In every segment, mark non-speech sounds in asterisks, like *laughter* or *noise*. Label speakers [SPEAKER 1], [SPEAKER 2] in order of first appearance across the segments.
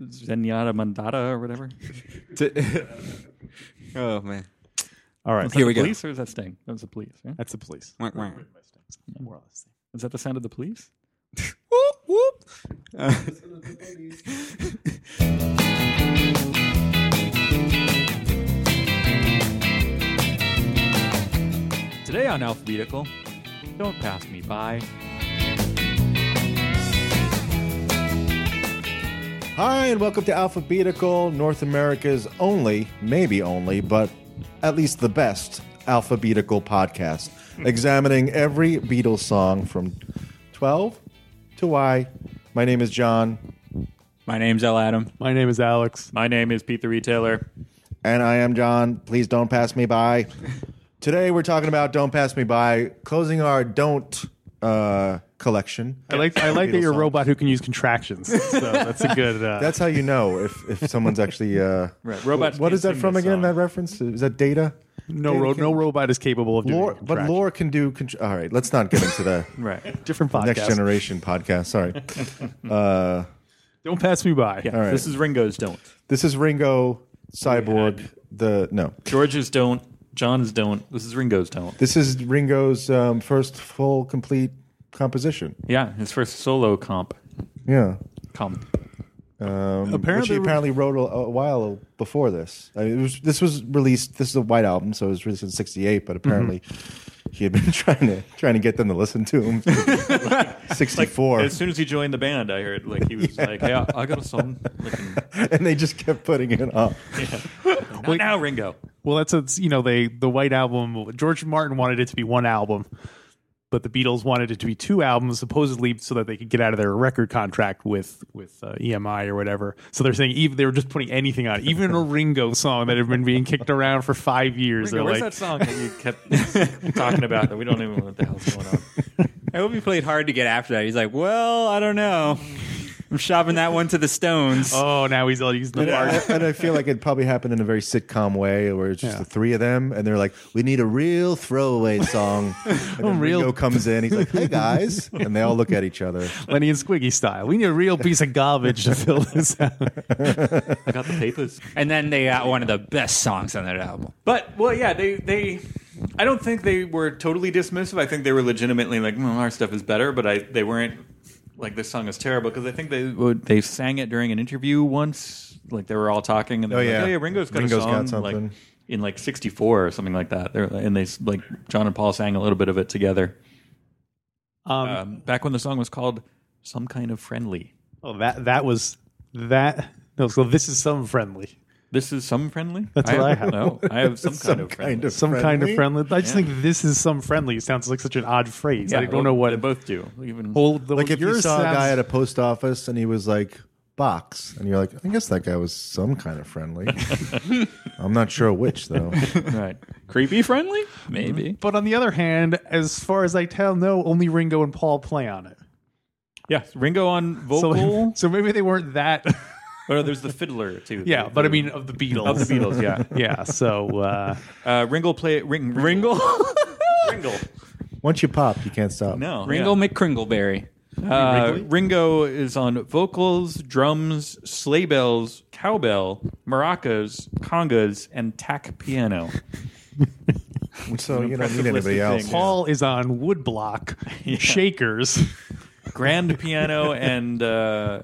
[SPEAKER 1] Zenyatta Mandata or whatever.
[SPEAKER 2] To- *laughs* oh man.
[SPEAKER 3] All right.
[SPEAKER 1] Was that
[SPEAKER 2] Here
[SPEAKER 1] the
[SPEAKER 2] we go.
[SPEAKER 1] Police or is that Sting? That was the police. Right?
[SPEAKER 3] That's the police.
[SPEAKER 2] Wah, wah.
[SPEAKER 3] More or less.
[SPEAKER 1] Is that the sound of the police?
[SPEAKER 2] Whoop, whoop. Uh,
[SPEAKER 4] Today on Alphabetical, don't pass me by.
[SPEAKER 3] Hi, and welcome to Alphabetical, North America's only, maybe only, but at least the best alphabetical podcast,
[SPEAKER 4] Hmm.
[SPEAKER 3] examining every Beatles song from 12 to Y. My name is John,
[SPEAKER 2] *laughs* My name's L. Adam.
[SPEAKER 5] My name is Alex.
[SPEAKER 4] My name is Pete the Retailer.
[SPEAKER 3] and I am John. Please don't pass me by. Today we're talking about Don't Pass Me By, closing our Don't uh, collection.
[SPEAKER 5] I like I like that
[SPEAKER 3] Beatles
[SPEAKER 5] you're a
[SPEAKER 3] songs.
[SPEAKER 5] robot who can use
[SPEAKER 3] *laughs*
[SPEAKER 5] contractions. So that's a good. Uh,
[SPEAKER 3] That's how you know if, if someone's actually. Uh,
[SPEAKER 4] *laughs* Right. Robots.
[SPEAKER 3] What
[SPEAKER 4] can
[SPEAKER 3] is that
[SPEAKER 4] sing
[SPEAKER 3] from
[SPEAKER 4] this
[SPEAKER 3] again?
[SPEAKER 4] song.
[SPEAKER 3] That reference? Is that data?
[SPEAKER 5] no ro- no robot is capable of doing.
[SPEAKER 3] Lore,
[SPEAKER 5] a
[SPEAKER 3] but
[SPEAKER 5] contraction.
[SPEAKER 3] Lore can do. Contr- All right, let's not get
[SPEAKER 5] *laughs*
[SPEAKER 3] into the
[SPEAKER 4] Right.
[SPEAKER 5] different podcast.
[SPEAKER 3] next generation podcast. Sorry. Uh,
[SPEAKER 5] Don't pass me by.
[SPEAKER 4] Yeah.
[SPEAKER 3] right.
[SPEAKER 4] This is Ringo's don't.
[SPEAKER 3] this is Ringo Cyborg. The no,
[SPEAKER 4] George's don't. John's don't. This is Ringo's don't.
[SPEAKER 3] this is Ringo's um, first full complete composition.
[SPEAKER 4] Yeah, his first solo comp.
[SPEAKER 3] Yeah.
[SPEAKER 4] Comp.
[SPEAKER 3] Um, which
[SPEAKER 5] Apparently-
[SPEAKER 3] he apparently wrote a, a while before this. I mean, it was, this was released. This is a white album, so it was released in '68. But apparently,
[SPEAKER 5] Mm-hmm.
[SPEAKER 3] he had been *laughs* trying to trying to get them to listen
[SPEAKER 5] *laughs*
[SPEAKER 3] to him. '64.
[SPEAKER 4] As soon as he joined the band, I heard like he was like, "Yeah, I got a *laughs* song." Like,
[SPEAKER 3] *laughs* and they just kept putting it off.
[SPEAKER 4] Not now, Ringo.
[SPEAKER 5] Well, that's a you know they the White Album. George Martin wanted it to be one album, but the Beatles wanted it to be two albums, supposedly so that they could get out of their record contract with with uh, EMI or whatever. So they're saying even they were just putting anything on, even a Ringo song that had been being kicked around for five years.
[SPEAKER 4] Ringo,
[SPEAKER 5] they're
[SPEAKER 4] where's
[SPEAKER 5] like,
[SPEAKER 4] that song that you kept *laughs* talking about that we don't even know what the hell's going on?
[SPEAKER 2] I hope he played hard to get after that. He's like, well, I don't know. I'm shopping that one to the Stones.
[SPEAKER 5] oh, now he's all using the bar.
[SPEAKER 3] and I feel like it probably happened in a very sitcom way, where it's just
[SPEAKER 5] Yeah.
[SPEAKER 3] the three of them, and they're like, "We need a real throwaway *laughs* song." And then
[SPEAKER 5] real-
[SPEAKER 3] Ringo comes in, he's like, "Hey guys," and they all look at each other.
[SPEAKER 5] Lenny and Squiggy style. We need a real piece of garbage to fill this out.
[SPEAKER 4] I got the papers.
[SPEAKER 2] And then they got one of the best songs on that album.
[SPEAKER 4] But well, yeah, they they. I don't think they were totally dismissive. I think they were legitimately like, "Mm, our stuff is better, but I they weren't like this song is terrible because I think they would, they sang it during an interview once. Like they were all talking and they
[SPEAKER 3] Oh,
[SPEAKER 4] were
[SPEAKER 3] yeah.
[SPEAKER 4] like, oh yeah, Ringo's got a
[SPEAKER 3] Ringo's got
[SPEAKER 4] song
[SPEAKER 3] something.
[SPEAKER 4] like in like '64 or something like that. They're, and they s- like John and Paul sang a little bit of it together
[SPEAKER 5] Um,
[SPEAKER 4] um, back when the song was called "Some Kind of Friendly."
[SPEAKER 5] oh, that that was that. No, so this is some friendly,
[SPEAKER 4] This is some friendly.
[SPEAKER 5] That's what I
[SPEAKER 4] don't
[SPEAKER 5] have.
[SPEAKER 4] know. I have some, kind of friendly.
[SPEAKER 5] some kind of friendly. I just
[SPEAKER 4] Yeah.
[SPEAKER 5] think this is some friendly. sounds like such an odd phrase.
[SPEAKER 4] Yeah,
[SPEAKER 5] I don't
[SPEAKER 4] well,
[SPEAKER 5] know what.
[SPEAKER 4] they both do. Even
[SPEAKER 5] well, the,
[SPEAKER 3] Like if you
[SPEAKER 5] yours
[SPEAKER 3] saw a
[SPEAKER 5] sounds-
[SPEAKER 3] guy at a post office and he was like box, and you're like, "I guess that guy was some kind of friendly."
[SPEAKER 5] *laughs*
[SPEAKER 3] I'm not sure which though.
[SPEAKER 4] right,
[SPEAKER 2] Creepy friendly?
[SPEAKER 4] maybe.
[SPEAKER 5] But on the other hand, as far as I tell, no, only Ringo and Paul play on it.
[SPEAKER 4] Yeah, Ringo on vocal.
[SPEAKER 5] So, *laughs* so maybe they weren't that.
[SPEAKER 4] *laughs*
[SPEAKER 5] *laughs*
[SPEAKER 4] Or there's the fiddler too.
[SPEAKER 5] yeah, but I mean, of the Beatles.
[SPEAKER 4] of the Beatles, yeah.
[SPEAKER 5] *laughs* yeah. So uh,
[SPEAKER 4] Uh, Ringle play Ring Ringle *laughs* Ringle.
[SPEAKER 3] Once you pop, you can't stop.
[SPEAKER 4] No,
[SPEAKER 2] Ringo McCringleberry.
[SPEAKER 4] yeah. Uh, Ringo is on vocals, drums, sleigh bells, cowbell, maracas, congas, and tack piano.
[SPEAKER 3] so you don't
[SPEAKER 4] impressive
[SPEAKER 3] need anybody
[SPEAKER 4] list of
[SPEAKER 3] else.
[SPEAKER 4] things.
[SPEAKER 5] Paul is on
[SPEAKER 4] *laughs*
[SPEAKER 5] woodblock, shakers.
[SPEAKER 4] Grand piano
[SPEAKER 5] *laughs*
[SPEAKER 4] and uh,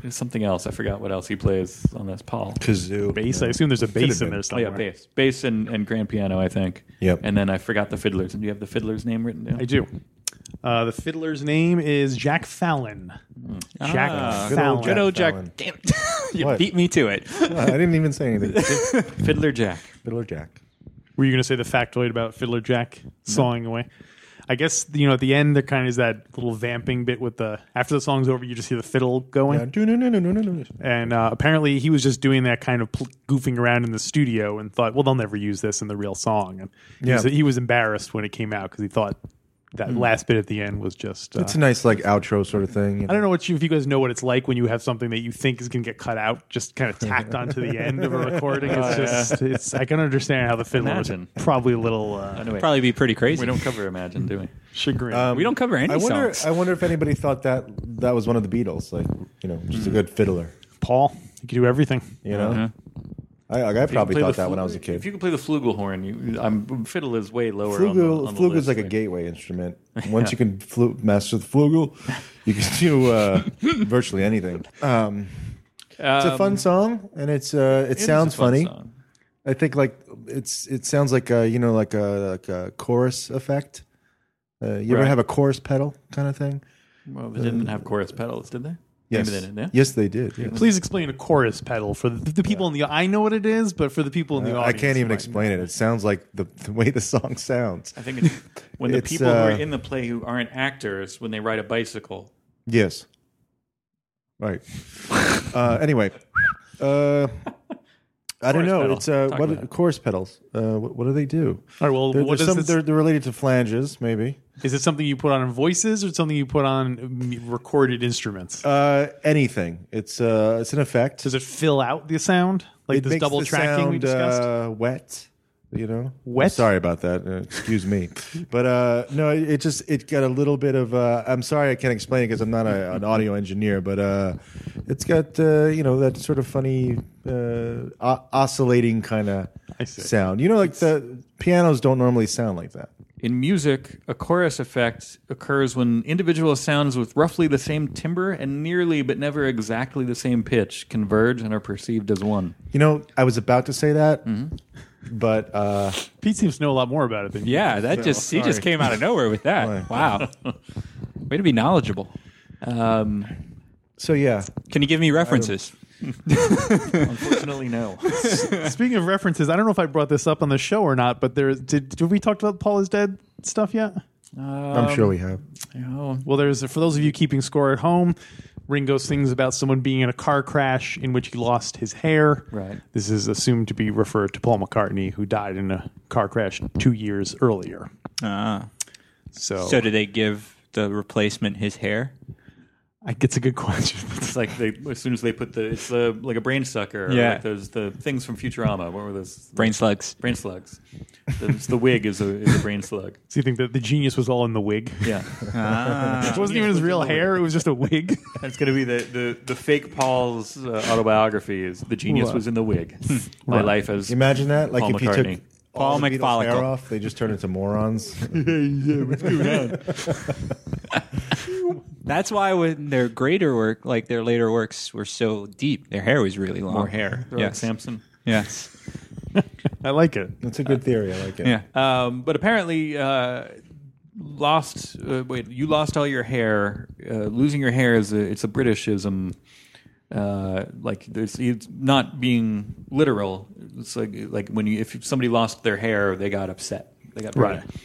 [SPEAKER 4] there's something else. I forgot what else he plays on this. Paul.
[SPEAKER 3] Kazoo.
[SPEAKER 5] bass. I assume there's a bass in
[SPEAKER 3] been.
[SPEAKER 5] there
[SPEAKER 4] Oh yeah,
[SPEAKER 5] somewhere.
[SPEAKER 4] bass, bass, and, and grand piano. I think.
[SPEAKER 3] Yep.
[SPEAKER 4] And then I forgot the fiddlers. And do you have the fiddler's name written down?
[SPEAKER 5] I do. Uh, the fiddler's name is Jack Fallon. Jack
[SPEAKER 4] Ah,
[SPEAKER 3] Good old
[SPEAKER 5] Fallon.
[SPEAKER 3] Jack.
[SPEAKER 2] Good old Jack.
[SPEAKER 3] Fallon.
[SPEAKER 2] Damn it. *laughs* you
[SPEAKER 3] What?
[SPEAKER 2] beat me to it.
[SPEAKER 3] I didn't even
[SPEAKER 5] *laughs*
[SPEAKER 3] say anything.
[SPEAKER 4] Fiddler Jack.
[SPEAKER 3] Fiddler Jack.
[SPEAKER 5] Were you going to say the factoid about Fiddler Jack sawing away? I guess you know at the end there kind of is that little vamping bit with the after the song's over you just hear the fiddle going
[SPEAKER 3] Yeah. Do- no, no, no, no, no, no.
[SPEAKER 5] and uh, apparently he was just doing that kind of pl- goofing around in the studio and thought well they'll never use this in the real song and he,
[SPEAKER 3] Yeah.
[SPEAKER 5] was, he was embarrassed when it came out because he thought that last bit at the end was just uh,
[SPEAKER 3] It's a nice like outro sort of thing.
[SPEAKER 5] I don't know what you, if you guys know what it's like when you have something that you think is going to get cut out, just kind of
[SPEAKER 3] *laughs*
[SPEAKER 5] tacked onto the end of a recording. It's just, it's. I can understand how the fiddler was
[SPEAKER 4] Imagine.
[SPEAKER 5] probably a little uh,
[SPEAKER 4] Anyway,
[SPEAKER 2] Probably be pretty crazy.
[SPEAKER 4] we don't cover Imagine, do we?
[SPEAKER 5] chagrin.
[SPEAKER 3] Um,
[SPEAKER 2] we don't cover any
[SPEAKER 3] I wonder.
[SPEAKER 2] songs.
[SPEAKER 4] Hmm.
[SPEAKER 3] I wonder if anybody thought that that was one of the Beatles. Like you know, just a good fiddler.
[SPEAKER 5] Paul, you could do everything.
[SPEAKER 3] You know,
[SPEAKER 1] Uh-huh.
[SPEAKER 3] I, like, I
[SPEAKER 4] If you
[SPEAKER 3] *laughs* probably
[SPEAKER 4] play
[SPEAKER 3] thought
[SPEAKER 4] the
[SPEAKER 3] that when I
[SPEAKER 4] flu-
[SPEAKER 3] was a
[SPEAKER 4] If
[SPEAKER 3] kid.
[SPEAKER 4] you could play the flugelhorn, you, I'm fiddle is way lower. on the-
[SPEAKER 3] Flugel,
[SPEAKER 4] on the
[SPEAKER 3] flugel
[SPEAKER 4] list,
[SPEAKER 3] is like a
[SPEAKER 4] right? *laughs*
[SPEAKER 3] gateway instrument. Once you can flu- master the flugel, you can
[SPEAKER 4] *laughs*
[SPEAKER 3] do uh, virtually anything. Um, it's a fun song, and it's uh, it,
[SPEAKER 4] It is Um, a
[SPEAKER 3] sounds
[SPEAKER 4] fun
[SPEAKER 3] funny.
[SPEAKER 4] song.
[SPEAKER 3] I think like it's it sounds like a you know like a like a chorus effect. Uh, you ever
[SPEAKER 4] Right.
[SPEAKER 3] have a chorus pedal kind of thing?
[SPEAKER 4] Well, they didn't have chorus pedals, did they?
[SPEAKER 3] Yes,
[SPEAKER 4] Maybe they didn't. Yeah.
[SPEAKER 3] yes, they did. yes.
[SPEAKER 5] Please explain a chorus pedal for the, the people in the. I know what it is, but for the people in the
[SPEAKER 3] Uh, I
[SPEAKER 5] audience,
[SPEAKER 3] can't even
[SPEAKER 5] might-
[SPEAKER 3] explain it. It sounds like the, the way the song sounds.
[SPEAKER 4] I think it's, when the
[SPEAKER 3] It's,
[SPEAKER 4] people who
[SPEAKER 3] uh,
[SPEAKER 4] are in the play who aren't actors, when they ride a bicycle,
[SPEAKER 3] Yes. Right. uh, anyway, uh, I don't
[SPEAKER 4] Chorus
[SPEAKER 3] know.
[SPEAKER 4] pedal.
[SPEAKER 3] It's uh,
[SPEAKER 4] Talk about
[SPEAKER 3] what chorus pedals. Uh, what, what do they do?
[SPEAKER 5] All right. Well,
[SPEAKER 3] They're,
[SPEAKER 5] what
[SPEAKER 3] they're
[SPEAKER 5] is
[SPEAKER 3] some,
[SPEAKER 5] this-
[SPEAKER 3] they're, they're related to flanges, maybe.
[SPEAKER 5] Is it something you put on voices or something you put on um, recorded instruments?
[SPEAKER 3] Uh, anything. It's uh, it's an effect.
[SPEAKER 5] Does it fill out the sound like
[SPEAKER 3] It
[SPEAKER 5] this
[SPEAKER 3] makes
[SPEAKER 5] double
[SPEAKER 3] the
[SPEAKER 5] tracking we
[SPEAKER 3] sound,
[SPEAKER 5] discussed?
[SPEAKER 3] Uh, wet. You know,
[SPEAKER 5] Wet?
[SPEAKER 3] sorry about that. Uh, excuse me, but uh, no, it, it just it got a little bit of. Uh, I'm sorry, I can't explain it because I'm not a, an audio engineer, but uh, it's got uh, you know that sort of funny uh, o- oscillating kind of
[SPEAKER 5] I see.
[SPEAKER 3] sound. You know, like the pianos don't normally sound like that.
[SPEAKER 4] in music, a chorus effect occurs when individual sounds with roughly the same timbre and nearly but never exactly the same pitch converge and are perceived as one.
[SPEAKER 3] You know, I was about to say that,
[SPEAKER 5] Mm-hmm.
[SPEAKER 3] but uh,
[SPEAKER 5] Pete seems to know a lot more about it than you.
[SPEAKER 2] Yeah, that just he just came out of nowhere with that. wow, way to be knowledgeable.
[SPEAKER 3] *laughs*
[SPEAKER 4] Um,
[SPEAKER 3] so yeah,
[SPEAKER 2] Can you give me references?
[SPEAKER 4] unfortunately, no.
[SPEAKER 5] Speaking of references, I don't know if I brought this up on the show or not, but there did, did we talk about Paul is dead stuff yet?
[SPEAKER 3] I'm sure we have. Oh,
[SPEAKER 4] No.
[SPEAKER 5] Well, there's for those of you keeping score at home, Ringo sings about someone being in a car crash in which he lost his hair.
[SPEAKER 4] Right.
[SPEAKER 5] This is assumed to be referred to Paul McCartney, who died in a car crash two years earlier.
[SPEAKER 2] Ah.
[SPEAKER 5] So,
[SPEAKER 3] Oh.
[SPEAKER 2] So did they give the replacement his hair?
[SPEAKER 5] I, it's a good question. *laughs*
[SPEAKER 4] It's like they, as soon as they put the, it's uh, like a brain sucker. Or
[SPEAKER 2] Yeah.
[SPEAKER 4] Like those, the things from Futurama. What were those?
[SPEAKER 2] Brain slugs.
[SPEAKER 4] Brain slugs. The, the wig is a, is a brain slug.
[SPEAKER 5] So you think that the genius was all in the wig?
[SPEAKER 4] Yeah.
[SPEAKER 5] *laughs* It wasn't even his real hair; it was just a wig.
[SPEAKER 4] *laughs*
[SPEAKER 5] *laughs*
[SPEAKER 4] That's going to be the, the, the fake Paul's uh, autobiography is The Genius Was in the Wig.
[SPEAKER 2] *laughs*
[SPEAKER 4] My life as.
[SPEAKER 3] Imagine that, like
[SPEAKER 4] Paul
[SPEAKER 3] if you
[SPEAKER 4] McCartney.
[SPEAKER 3] took. all
[SPEAKER 2] Paul
[SPEAKER 3] the Beatles' hair
[SPEAKER 2] McFollicle.
[SPEAKER 3] off, they just turn
[SPEAKER 4] *laughs*
[SPEAKER 3] into morons.
[SPEAKER 2] That's why when their greater work, like their later works, were so deep. Their hair was really long. More hair.
[SPEAKER 4] They're like
[SPEAKER 2] Yes.
[SPEAKER 4] Samson.
[SPEAKER 2] yes.
[SPEAKER 5] I like it.
[SPEAKER 3] That's a good theory. I like it.
[SPEAKER 2] Yeah.
[SPEAKER 4] Um, but apparently, uh, lost. Uh, wait, you lost all your hair. Uh, losing your hair is a, it's a Britishism. Uh, like there's, it's not being literal. It's like like when you if somebody lost their hair, they got upset. They got
[SPEAKER 5] Right.
[SPEAKER 4] pretty.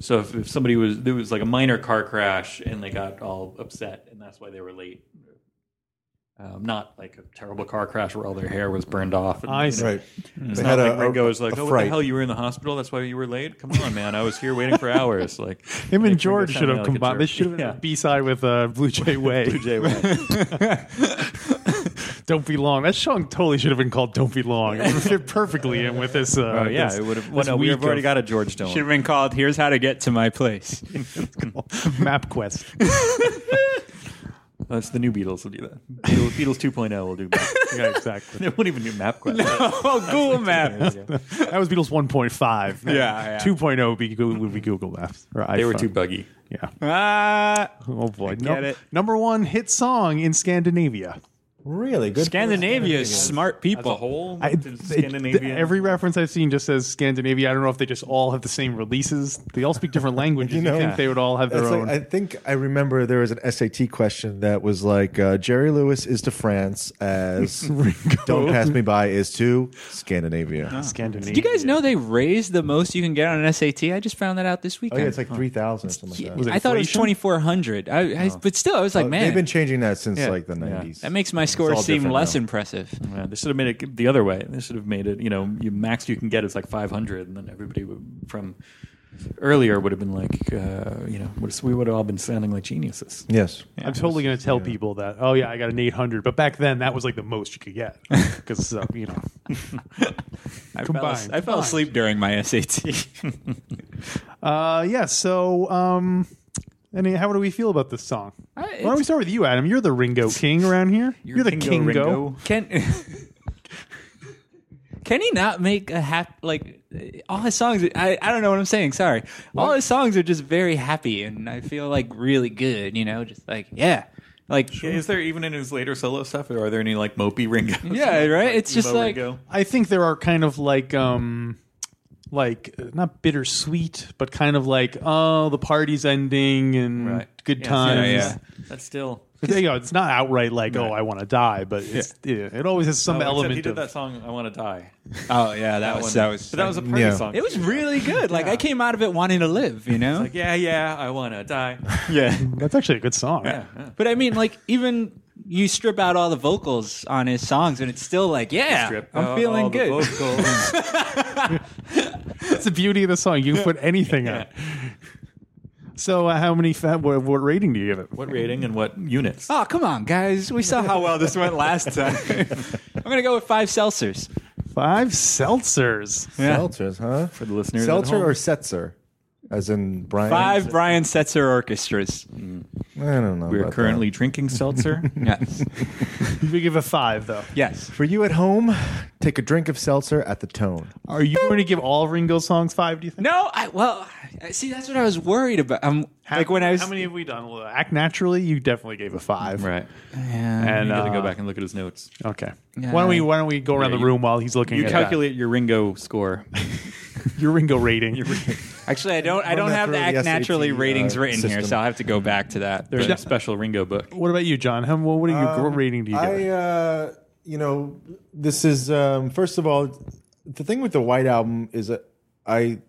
[SPEAKER 4] So if, if somebody was there was like a minor car crash and they got all upset and that's why they were late. Um, not like a terrible car crash where all their hair was burned off. and,
[SPEAKER 5] I
[SPEAKER 4] you
[SPEAKER 5] see.
[SPEAKER 3] Right.
[SPEAKER 4] Mm. it's
[SPEAKER 3] They
[SPEAKER 4] not
[SPEAKER 3] had
[SPEAKER 4] like Ringo is like,
[SPEAKER 3] a
[SPEAKER 4] oh, what
[SPEAKER 3] fright."
[SPEAKER 4] the hell? You were in the hospital. That's why you were late. Come on, man. I was here waiting for
[SPEAKER 5] *laughs*
[SPEAKER 4] hours. Like
[SPEAKER 5] Him
[SPEAKER 4] Ringo
[SPEAKER 5] and George should
[SPEAKER 4] sounded
[SPEAKER 5] have
[SPEAKER 4] like a
[SPEAKER 5] combined. This
[SPEAKER 4] jerk.
[SPEAKER 5] should have been
[SPEAKER 4] Yeah.
[SPEAKER 5] a B side with uh, Blue Jay Way. Blue Jay Way. *laughs* Don't be long. That song totally should have been called "Don't Be Long." It would fit perfectly in with this. Uh,
[SPEAKER 4] *laughs* Oh yeah,
[SPEAKER 5] this-
[SPEAKER 4] it would have.
[SPEAKER 5] this
[SPEAKER 4] no, we've
[SPEAKER 5] week
[SPEAKER 4] already
[SPEAKER 5] of
[SPEAKER 4] got a George
[SPEAKER 2] Should have
[SPEAKER 4] Dylan.
[SPEAKER 2] been called Here's How to Get to My *laughs* Place.
[SPEAKER 5] MapQuest.
[SPEAKER 4] That's the new Beatles will do
[SPEAKER 5] *laughs*
[SPEAKER 4] that. Beatles, Beatles 2.0 will do that. *laughs*
[SPEAKER 5] yeah, exactly.
[SPEAKER 4] They won't even do MapQuest.
[SPEAKER 2] oh, *laughs* Google Maps.
[SPEAKER 5] That was Beatles 1.5.
[SPEAKER 2] Yeah, yeah.
[SPEAKER 5] 2.0 would be Google, would be Google Maps. Or
[SPEAKER 4] They were
[SPEAKER 5] iPhone.
[SPEAKER 4] too buggy.
[SPEAKER 5] Yeah.
[SPEAKER 2] Ah,
[SPEAKER 5] *laughs* Oh boy.
[SPEAKER 2] get
[SPEAKER 5] Num-
[SPEAKER 2] it.
[SPEAKER 5] Number one hit song in Scandinavia.
[SPEAKER 3] Really good.
[SPEAKER 2] Scandinavia is smart
[SPEAKER 4] As a
[SPEAKER 2] people.
[SPEAKER 4] whole,
[SPEAKER 5] I,
[SPEAKER 4] to Scandinavian.
[SPEAKER 5] th- every reference I've seen just says Scandinavia. I don't know if they just all have the same releases. They all speak different languages. you
[SPEAKER 3] know,
[SPEAKER 5] think they would all have their
[SPEAKER 3] That's like-
[SPEAKER 5] own.
[SPEAKER 3] I think I remember there was an SAT question that was like uh, Jerry Lewis is to France
[SPEAKER 4] *laughs*
[SPEAKER 3] as Don't Pass Me By is to Scandinavia.
[SPEAKER 5] Scandinavia.
[SPEAKER 2] Do you guys know they raise the most you can get on an SAT? I just found that out this
[SPEAKER 3] Oh
[SPEAKER 2] weekend.
[SPEAKER 3] yeah, it's like three thousand or something like
[SPEAKER 2] Yeah,
[SPEAKER 3] that.
[SPEAKER 5] it
[SPEAKER 2] I thought it was
[SPEAKER 5] inflation?
[SPEAKER 2] 2,400. I, I, But still, I was like,
[SPEAKER 3] Uh,
[SPEAKER 2] man,
[SPEAKER 3] They've been changing that since
[SPEAKER 2] Yeah.
[SPEAKER 3] like the nineties.
[SPEAKER 2] that makes my score
[SPEAKER 3] all
[SPEAKER 2] seem
[SPEAKER 3] different
[SPEAKER 2] less
[SPEAKER 3] now.
[SPEAKER 2] impressive.
[SPEAKER 4] Yeah, they should have made it the other way. They should have made it. You know, you max you can get is like 500, and then everybody would, from earlier would have been like, uh, you know, would've- we would have all been sounding like geniuses.
[SPEAKER 3] yes.
[SPEAKER 5] I'm totally going to tell people that. Oh yeah, I got an 800. But back then, that was like the most you could get because uh, you know.
[SPEAKER 2] I fell,
[SPEAKER 5] Combined.
[SPEAKER 2] as- I fell asleep during my *laughs* SAT.
[SPEAKER 5] Uh, yeah. So, um, any, how do we feel about this song? Why don't we start with you, Adam? You're the Ringo King around here. You're, the Kingo.
[SPEAKER 2] Can Can he not make a happy like all his songs? I I don't know what I'm saying. Sorry. All his songs are just very happy, and I feel like really good. You know, just like yeah, like
[SPEAKER 4] Is there even in his later solo stuff, or are there any like mopey Ringo?
[SPEAKER 2] *laughs* yeah, right. It's just
[SPEAKER 4] Emo
[SPEAKER 2] like
[SPEAKER 4] Ringo?
[SPEAKER 5] I think there are kind of like um like uh, not bittersweet, but kind of like oh the party's ending and
[SPEAKER 4] Right.
[SPEAKER 5] good
[SPEAKER 4] Yes,
[SPEAKER 5] times.
[SPEAKER 2] yeah, yeah.
[SPEAKER 4] That's still.
[SPEAKER 5] There you go. It's not outright like oh I want to die, but it's, yeah, it always has some
[SPEAKER 4] Oh, except
[SPEAKER 5] element
[SPEAKER 4] he did
[SPEAKER 5] of
[SPEAKER 4] that song, I Want to Die.
[SPEAKER 2] oh yeah, that, was that was
[SPEAKER 4] But that was a party
[SPEAKER 3] Yeah.
[SPEAKER 4] song.
[SPEAKER 2] it was really good. Like I came out of it wanting to live. You know,
[SPEAKER 4] like, yeah, yeah, I want to *laughs* die.
[SPEAKER 2] yeah.
[SPEAKER 5] *laughs* that's actually a good song.
[SPEAKER 4] Yeah, yeah.
[SPEAKER 2] But I mean, like even you strip out all the vocals on his songs, and it's still like, yeah,
[SPEAKER 4] Strip
[SPEAKER 2] I'm
[SPEAKER 4] out
[SPEAKER 2] feeling
[SPEAKER 4] all the
[SPEAKER 2] good.
[SPEAKER 4] vocals.
[SPEAKER 5] That's the beauty of the song. You can put anything on. *laughs* So uh, how many fat, what, what rating do you give it?
[SPEAKER 4] what rating and what units?
[SPEAKER 2] Oh come on, guys! We saw how well this
[SPEAKER 4] *laughs*
[SPEAKER 2] went last time. *laughs* I'm gonna go with five seltzers.
[SPEAKER 5] Five seltzers.
[SPEAKER 3] Seltzers, huh?
[SPEAKER 4] For the listeners at
[SPEAKER 3] Seltzer
[SPEAKER 4] home.
[SPEAKER 3] or Setzer? As in Brian?
[SPEAKER 2] Five Brian Setzer orchestras.
[SPEAKER 3] I don't know.
[SPEAKER 4] We are
[SPEAKER 3] about
[SPEAKER 4] currently drinking seltzer.
[SPEAKER 2] *laughs* Yes,
[SPEAKER 5] You give a five though.
[SPEAKER 2] yes.
[SPEAKER 3] that. For you at home, take a drink of seltzer at the tone.
[SPEAKER 5] Are you going to give all Ringo songs five? Do you think?
[SPEAKER 2] No, I well, I- see, that's what I was worried about. I'm
[SPEAKER 5] How-
[SPEAKER 2] like when I was
[SPEAKER 5] how many have we done? Well, uh, Act naturally. You definitely gave a five.
[SPEAKER 4] right.
[SPEAKER 2] Yeah.
[SPEAKER 5] And
[SPEAKER 4] You got to
[SPEAKER 5] uh,
[SPEAKER 4] go back and look at his notes.
[SPEAKER 5] Okay. Why don't we Why don't we go around
[SPEAKER 4] Yeah,
[SPEAKER 5] the
[SPEAKER 4] you-
[SPEAKER 5] room while he's looking?
[SPEAKER 4] You
[SPEAKER 5] at
[SPEAKER 4] calculate your Ringo *laughs* score.
[SPEAKER 5] that? *laughs* your Ringo rating.
[SPEAKER 2] Actually, I don't. I
[SPEAKER 3] Run
[SPEAKER 2] don't
[SPEAKER 3] that
[SPEAKER 2] have the
[SPEAKER 3] through
[SPEAKER 2] act
[SPEAKER 3] the SAT,
[SPEAKER 2] naturally
[SPEAKER 3] uh,
[SPEAKER 2] ratings written here,
[SPEAKER 3] system.
[SPEAKER 2] so I will have to go back to that.
[SPEAKER 4] There's a special Ringo book.
[SPEAKER 5] what about you, John? How, what do you what rating do you give?
[SPEAKER 3] Um, I,
[SPEAKER 5] it?
[SPEAKER 3] uh, you know, this is um, first of all, the thing with the White Album is that I,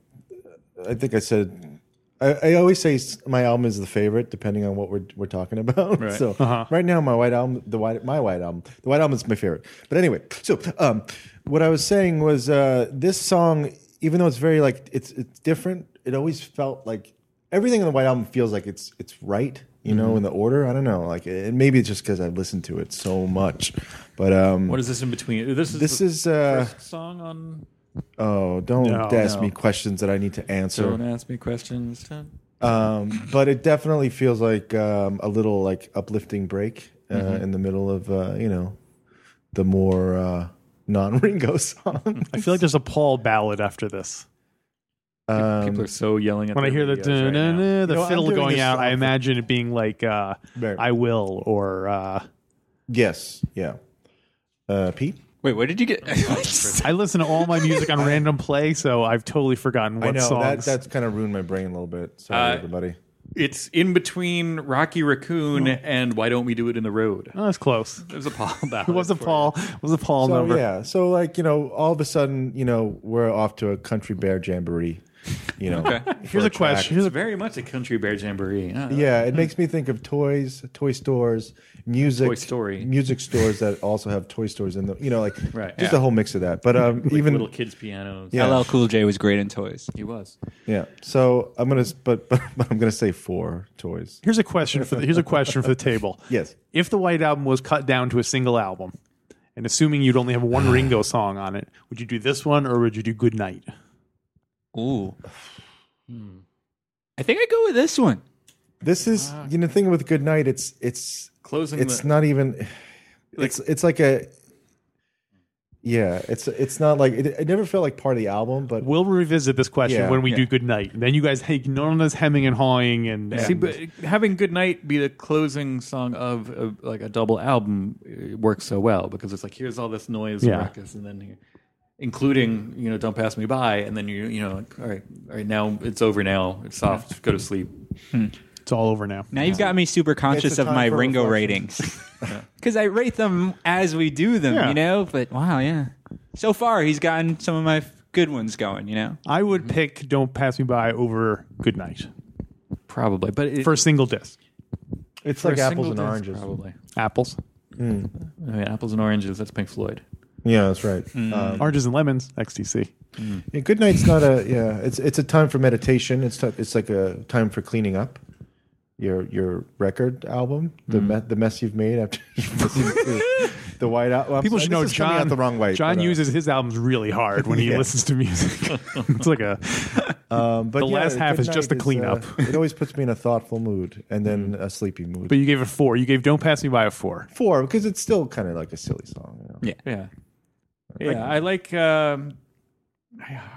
[SPEAKER 3] I think I said, I, I always say s- my album is the favorite depending on what we're we're talking about. *laughs* Right. So right now, my White Album, the White, my White Album, the White Album is my favorite. But anyway, so um, what I was saying was uh, this song, even though it's very like it's it's different, it always felt like everything in the White Album feels like it's it's right, you know, in the order. I don't know, like and maybe it's just because I've listened to it so much, but um,
[SPEAKER 4] What is this in between? This is
[SPEAKER 3] this
[SPEAKER 4] the
[SPEAKER 3] is uh,
[SPEAKER 4] first song on.
[SPEAKER 3] oh, don't
[SPEAKER 5] No,
[SPEAKER 3] ask
[SPEAKER 5] no.
[SPEAKER 3] me questions that I need to answer.
[SPEAKER 4] Don't ask me questions.
[SPEAKER 3] Um, but it definitely feels like um, a little like uplifting break uh,
[SPEAKER 5] Mm-hmm.
[SPEAKER 3] in the middle of uh, you know the more uh, non Ringo *laughs* song.
[SPEAKER 5] I feel like there's a Paul ballad after this.
[SPEAKER 4] People are so yelling at
[SPEAKER 5] When I
[SPEAKER 4] their
[SPEAKER 5] hear the
[SPEAKER 4] radios right now.
[SPEAKER 5] dun-dun-dun, the
[SPEAKER 3] You know, I'm
[SPEAKER 5] fiddle
[SPEAKER 3] doing
[SPEAKER 5] going
[SPEAKER 3] this
[SPEAKER 5] out, I
[SPEAKER 3] off-
[SPEAKER 5] imagine it being like uh,
[SPEAKER 3] Right.
[SPEAKER 5] "I will" or uh,
[SPEAKER 3] yes, yeah. Uh, Pete,
[SPEAKER 2] Wait, what did you get? I
[SPEAKER 5] I listen to all my music
[SPEAKER 3] *laughs*
[SPEAKER 5] on random play, so I've totally forgotten what
[SPEAKER 3] I know that
[SPEAKER 5] songs.
[SPEAKER 3] that's kind of ruined my brain a little bit. Sorry,
[SPEAKER 4] Uh,
[SPEAKER 3] everybody.
[SPEAKER 4] It's in between Rocky Raccoon
[SPEAKER 3] Oh.
[SPEAKER 4] and Why Don't We Do It in the Road.
[SPEAKER 5] oh, that's close.
[SPEAKER 4] There's a
[SPEAKER 3] *laughs*
[SPEAKER 4] Paul ballad.
[SPEAKER 5] It was a
[SPEAKER 4] for
[SPEAKER 5] Paul. It was a Paul
[SPEAKER 3] So
[SPEAKER 5] number.
[SPEAKER 3] yeah, so like you know, all of a sudden, you know, we're off to a country bear jamboree. You know,
[SPEAKER 5] Here's a question. Here's
[SPEAKER 4] It's
[SPEAKER 5] a
[SPEAKER 4] very much a country bear jamboree. Uh, Yeah.
[SPEAKER 3] Yeah, it makes me think of toys, toy stores, music,
[SPEAKER 4] Mm-hmm. Toy Story.
[SPEAKER 3] music stores that also have toy stores in them. You know, like
[SPEAKER 4] Right,
[SPEAKER 3] just
[SPEAKER 4] yeah.
[SPEAKER 3] a whole mix of that. But um,
[SPEAKER 4] *laughs*
[SPEAKER 3] even
[SPEAKER 4] Little kids pianos.
[SPEAKER 3] Yeah.
[SPEAKER 2] LL Cool J was great in toys.
[SPEAKER 4] He was.
[SPEAKER 3] yeah, so I'm gonna s- but *laughs* but, but I'm gonna say four toys.
[SPEAKER 5] here's a question for the, here's a question for the table.
[SPEAKER 3] *laughs* Yes.
[SPEAKER 5] If the White Album was cut down to a single album, and assuming you'd only have one Ringo
[SPEAKER 3] *sighs*
[SPEAKER 5] song on it, would you do this one or would you do Good Night?
[SPEAKER 2] Ooh. I think I go with this one.
[SPEAKER 3] This is you know the thing with Goodnight. It's it's
[SPEAKER 4] Ah, Closing
[SPEAKER 3] It's
[SPEAKER 4] the-
[SPEAKER 3] not even. It's it's like a. Yeah, it's it's not like it, it never felt like part of the album, but
[SPEAKER 5] We'll revisit this question
[SPEAKER 3] Yeah.
[SPEAKER 5] when we do Good Night. Then you guys take none of this hemming and hawing and,
[SPEAKER 4] See,
[SPEAKER 5] and-
[SPEAKER 4] but having "Good Night" be the closing song of a, like a double album it works so well because it's like here's all this noise
[SPEAKER 5] Yeah.
[SPEAKER 4] and ruckus, and then you- including you know "Don't Pass Me By," and then you you know like, all right, all right, now it's over. Now it's soft. Go to sleep.
[SPEAKER 5] it's all over now.
[SPEAKER 2] Now you've got me super conscious
[SPEAKER 3] It's a
[SPEAKER 2] of
[SPEAKER 3] time
[SPEAKER 2] my
[SPEAKER 3] for
[SPEAKER 2] Ringo
[SPEAKER 3] reflection.
[SPEAKER 2] ratings because I rate them as we do them,
[SPEAKER 5] Yeah.
[SPEAKER 2] you know. But wow, yeah. So far, he's gotten some of my f- good ones going, you know.
[SPEAKER 5] I
[SPEAKER 3] Mm-hmm.
[SPEAKER 5] would pick Don't Pass Me By over Good Night
[SPEAKER 4] Probably, but it,
[SPEAKER 5] for a single disc.
[SPEAKER 3] it's
[SPEAKER 4] for
[SPEAKER 3] like
[SPEAKER 4] a single
[SPEAKER 3] apples and
[SPEAKER 4] disc,
[SPEAKER 3] oranges.
[SPEAKER 4] Probably.
[SPEAKER 5] Apples,
[SPEAKER 4] I mean, apples and oranges. That's Pink Floyd.
[SPEAKER 3] Yeah, that's right.
[SPEAKER 4] Hmm.
[SPEAKER 3] Um,
[SPEAKER 5] Oranges and Lemons, XTC.
[SPEAKER 3] Yeah, good night's not a yeah. It's it's a time for meditation. It's ti- it's like a time for cleaning up
[SPEAKER 5] Mm.
[SPEAKER 3] *laughs* your your record album, the me- the mess you've made after. the The White Album.
[SPEAKER 5] People should know
[SPEAKER 3] this is coming
[SPEAKER 5] John
[SPEAKER 3] out the wrong way.
[SPEAKER 5] John
[SPEAKER 3] but, uh,
[SPEAKER 5] uses his albums really hard when he
[SPEAKER 3] *laughs* Yeah.
[SPEAKER 5] listens to
[SPEAKER 3] *laughs*
[SPEAKER 5] music. it's like a
[SPEAKER 3] Um, but
[SPEAKER 5] The
[SPEAKER 3] yeah,
[SPEAKER 5] last half is
[SPEAKER 3] Good
[SPEAKER 5] just the
[SPEAKER 3] Night
[SPEAKER 5] cleanup.
[SPEAKER 3] uh, it always puts me in a thoughtful mood and then a sleepy mood.
[SPEAKER 5] Mm. but you gave it four. You gave Don't Pass Me By a four.
[SPEAKER 3] four because it's still kind of like a silly song. You know?
[SPEAKER 4] Yeah. Yeah, I like um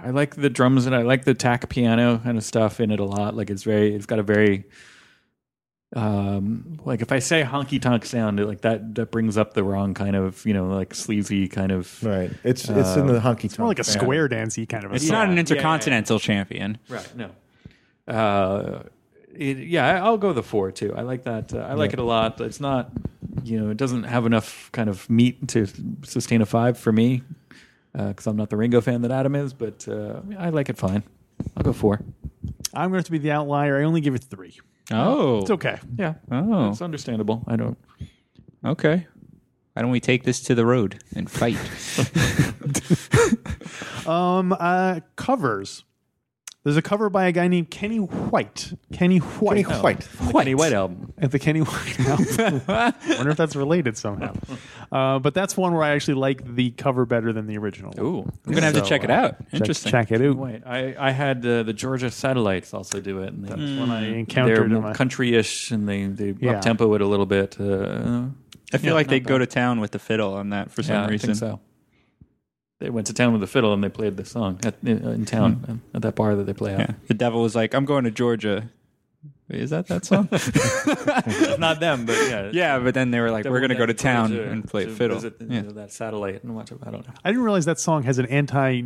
[SPEAKER 4] I like the drums and I like the tack piano kind of stuff in it a lot. Like it's very it's got a very um like if I say honky tonk sound, it, like that that brings up the wrong kind of, you know, like sleazy kind of
[SPEAKER 3] Right. It's it's in the honky tonk.
[SPEAKER 5] Um, More like a square dancey kind of a
[SPEAKER 2] It's
[SPEAKER 5] song.
[SPEAKER 2] not an
[SPEAKER 4] yeah,
[SPEAKER 2] intercontinental champion.
[SPEAKER 4] Right. No. Uh, it, yeah, I- I'll go the four too. I like that. Uh, I like it a lot. It's not, you know, it doesn't have enough kind of meat to sustain a five for me because I'm not the Ringo fan that Adam is, but uh, I like it fine. I'll go four.
[SPEAKER 5] I'm going to be the outlier. I only give it three.
[SPEAKER 2] Oh,
[SPEAKER 5] It's okay.
[SPEAKER 4] Yeah.
[SPEAKER 2] Oh.
[SPEAKER 4] It's understandable. I don't.
[SPEAKER 2] okay. Why don't we take this to the road and fight?
[SPEAKER 5] Um, uh, covers. There's a cover by a guy named Kenny White. Kenny White.
[SPEAKER 3] Quite. White.
[SPEAKER 4] White. White album.
[SPEAKER 5] At the Kenny White *laughs* album. Wonder if that's related somehow. Uh, but that's one where I actually like the cover better than the original.
[SPEAKER 4] Ooh.
[SPEAKER 2] We're gonna have to
[SPEAKER 5] So,
[SPEAKER 2] check it
[SPEAKER 5] uh,
[SPEAKER 2] out.
[SPEAKER 5] Check-
[SPEAKER 2] Interesting.
[SPEAKER 5] Check, it out.
[SPEAKER 4] Wait, I, I had uh, the Georgia Satellites also do it. And they, Mm.
[SPEAKER 5] One I
[SPEAKER 4] they're
[SPEAKER 5] encountered in
[SPEAKER 4] more
[SPEAKER 5] my
[SPEAKER 4] country-ish and they, they
[SPEAKER 5] Yeah.
[SPEAKER 4] up-tempo it a little bit. Uh,
[SPEAKER 2] I feel like they go to town with the fiddle on that for some
[SPEAKER 4] yeah,
[SPEAKER 2] reason.
[SPEAKER 4] I think so. They went to town with the fiddle and they played the song at, in, in town um, at that bar that they play at.
[SPEAKER 2] Yeah. The devil was like, "I'm going to Georgia." Wait, Is that that song?
[SPEAKER 4] It's Not them, but *laughs* yeah,
[SPEAKER 2] yeah, but then they were like, "We're going to go to town and play fiddle."
[SPEAKER 4] Visit,
[SPEAKER 2] yeah.
[SPEAKER 4] you know, that satellite and watch it. I don't know.
[SPEAKER 5] I didn't realize that song has an anti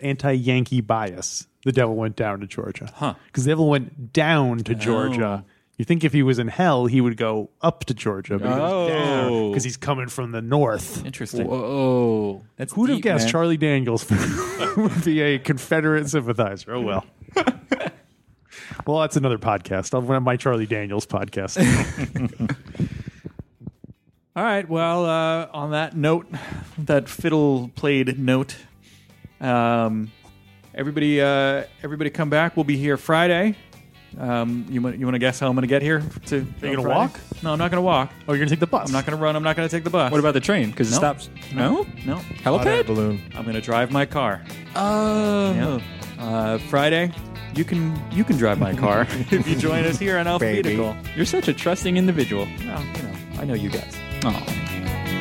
[SPEAKER 5] anti Yankee bias. The devil went down to Georgia. Huh. Because the devil went down to Georgia. You think if he was in hell, he would go up to Georgia
[SPEAKER 2] Oh.
[SPEAKER 5] because he's coming from the north.
[SPEAKER 4] Interesting.
[SPEAKER 2] Whoa, that's
[SPEAKER 5] Who'd have
[SPEAKER 2] deep,
[SPEAKER 5] guessed
[SPEAKER 2] man.
[SPEAKER 5] Charlie Daniels *laughs* would be a Confederate sympathizer? Oh well. well, that's another podcast. I'll run my Charlie Daniels podcast.
[SPEAKER 4] All right. Well, uh, on that note, that fiddle played note. Um, everybody, uh, everybody, come back. We'll be here Friday. Um, you want you want to guess how I'm going to get here? To you
[SPEAKER 5] gonna walk?
[SPEAKER 4] No, I'm not going to walk.
[SPEAKER 5] oh, you're gonna take the bus.
[SPEAKER 4] I'm not going to run. I'm not going to take the bus.
[SPEAKER 2] What about the train? Because it
[SPEAKER 4] No.
[SPEAKER 2] stops. No,
[SPEAKER 4] no?
[SPEAKER 3] Hot air
[SPEAKER 2] helipad.
[SPEAKER 3] balloon.
[SPEAKER 4] I'm going to drive my car.
[SPEAKER 2] Oh,
[SPEAKER 4] Yeah. Uh, Friday, you can you can drive my car *laughs* if you join us here on
[SPEAKER 3] Baby.
[SPEAKER 4] Alphabetical.
[SPEAKER 2] you're such a trusting individual.
[SPEAKER 4] Well, you know, I know you guys.
[SPEAKER 2] Oh.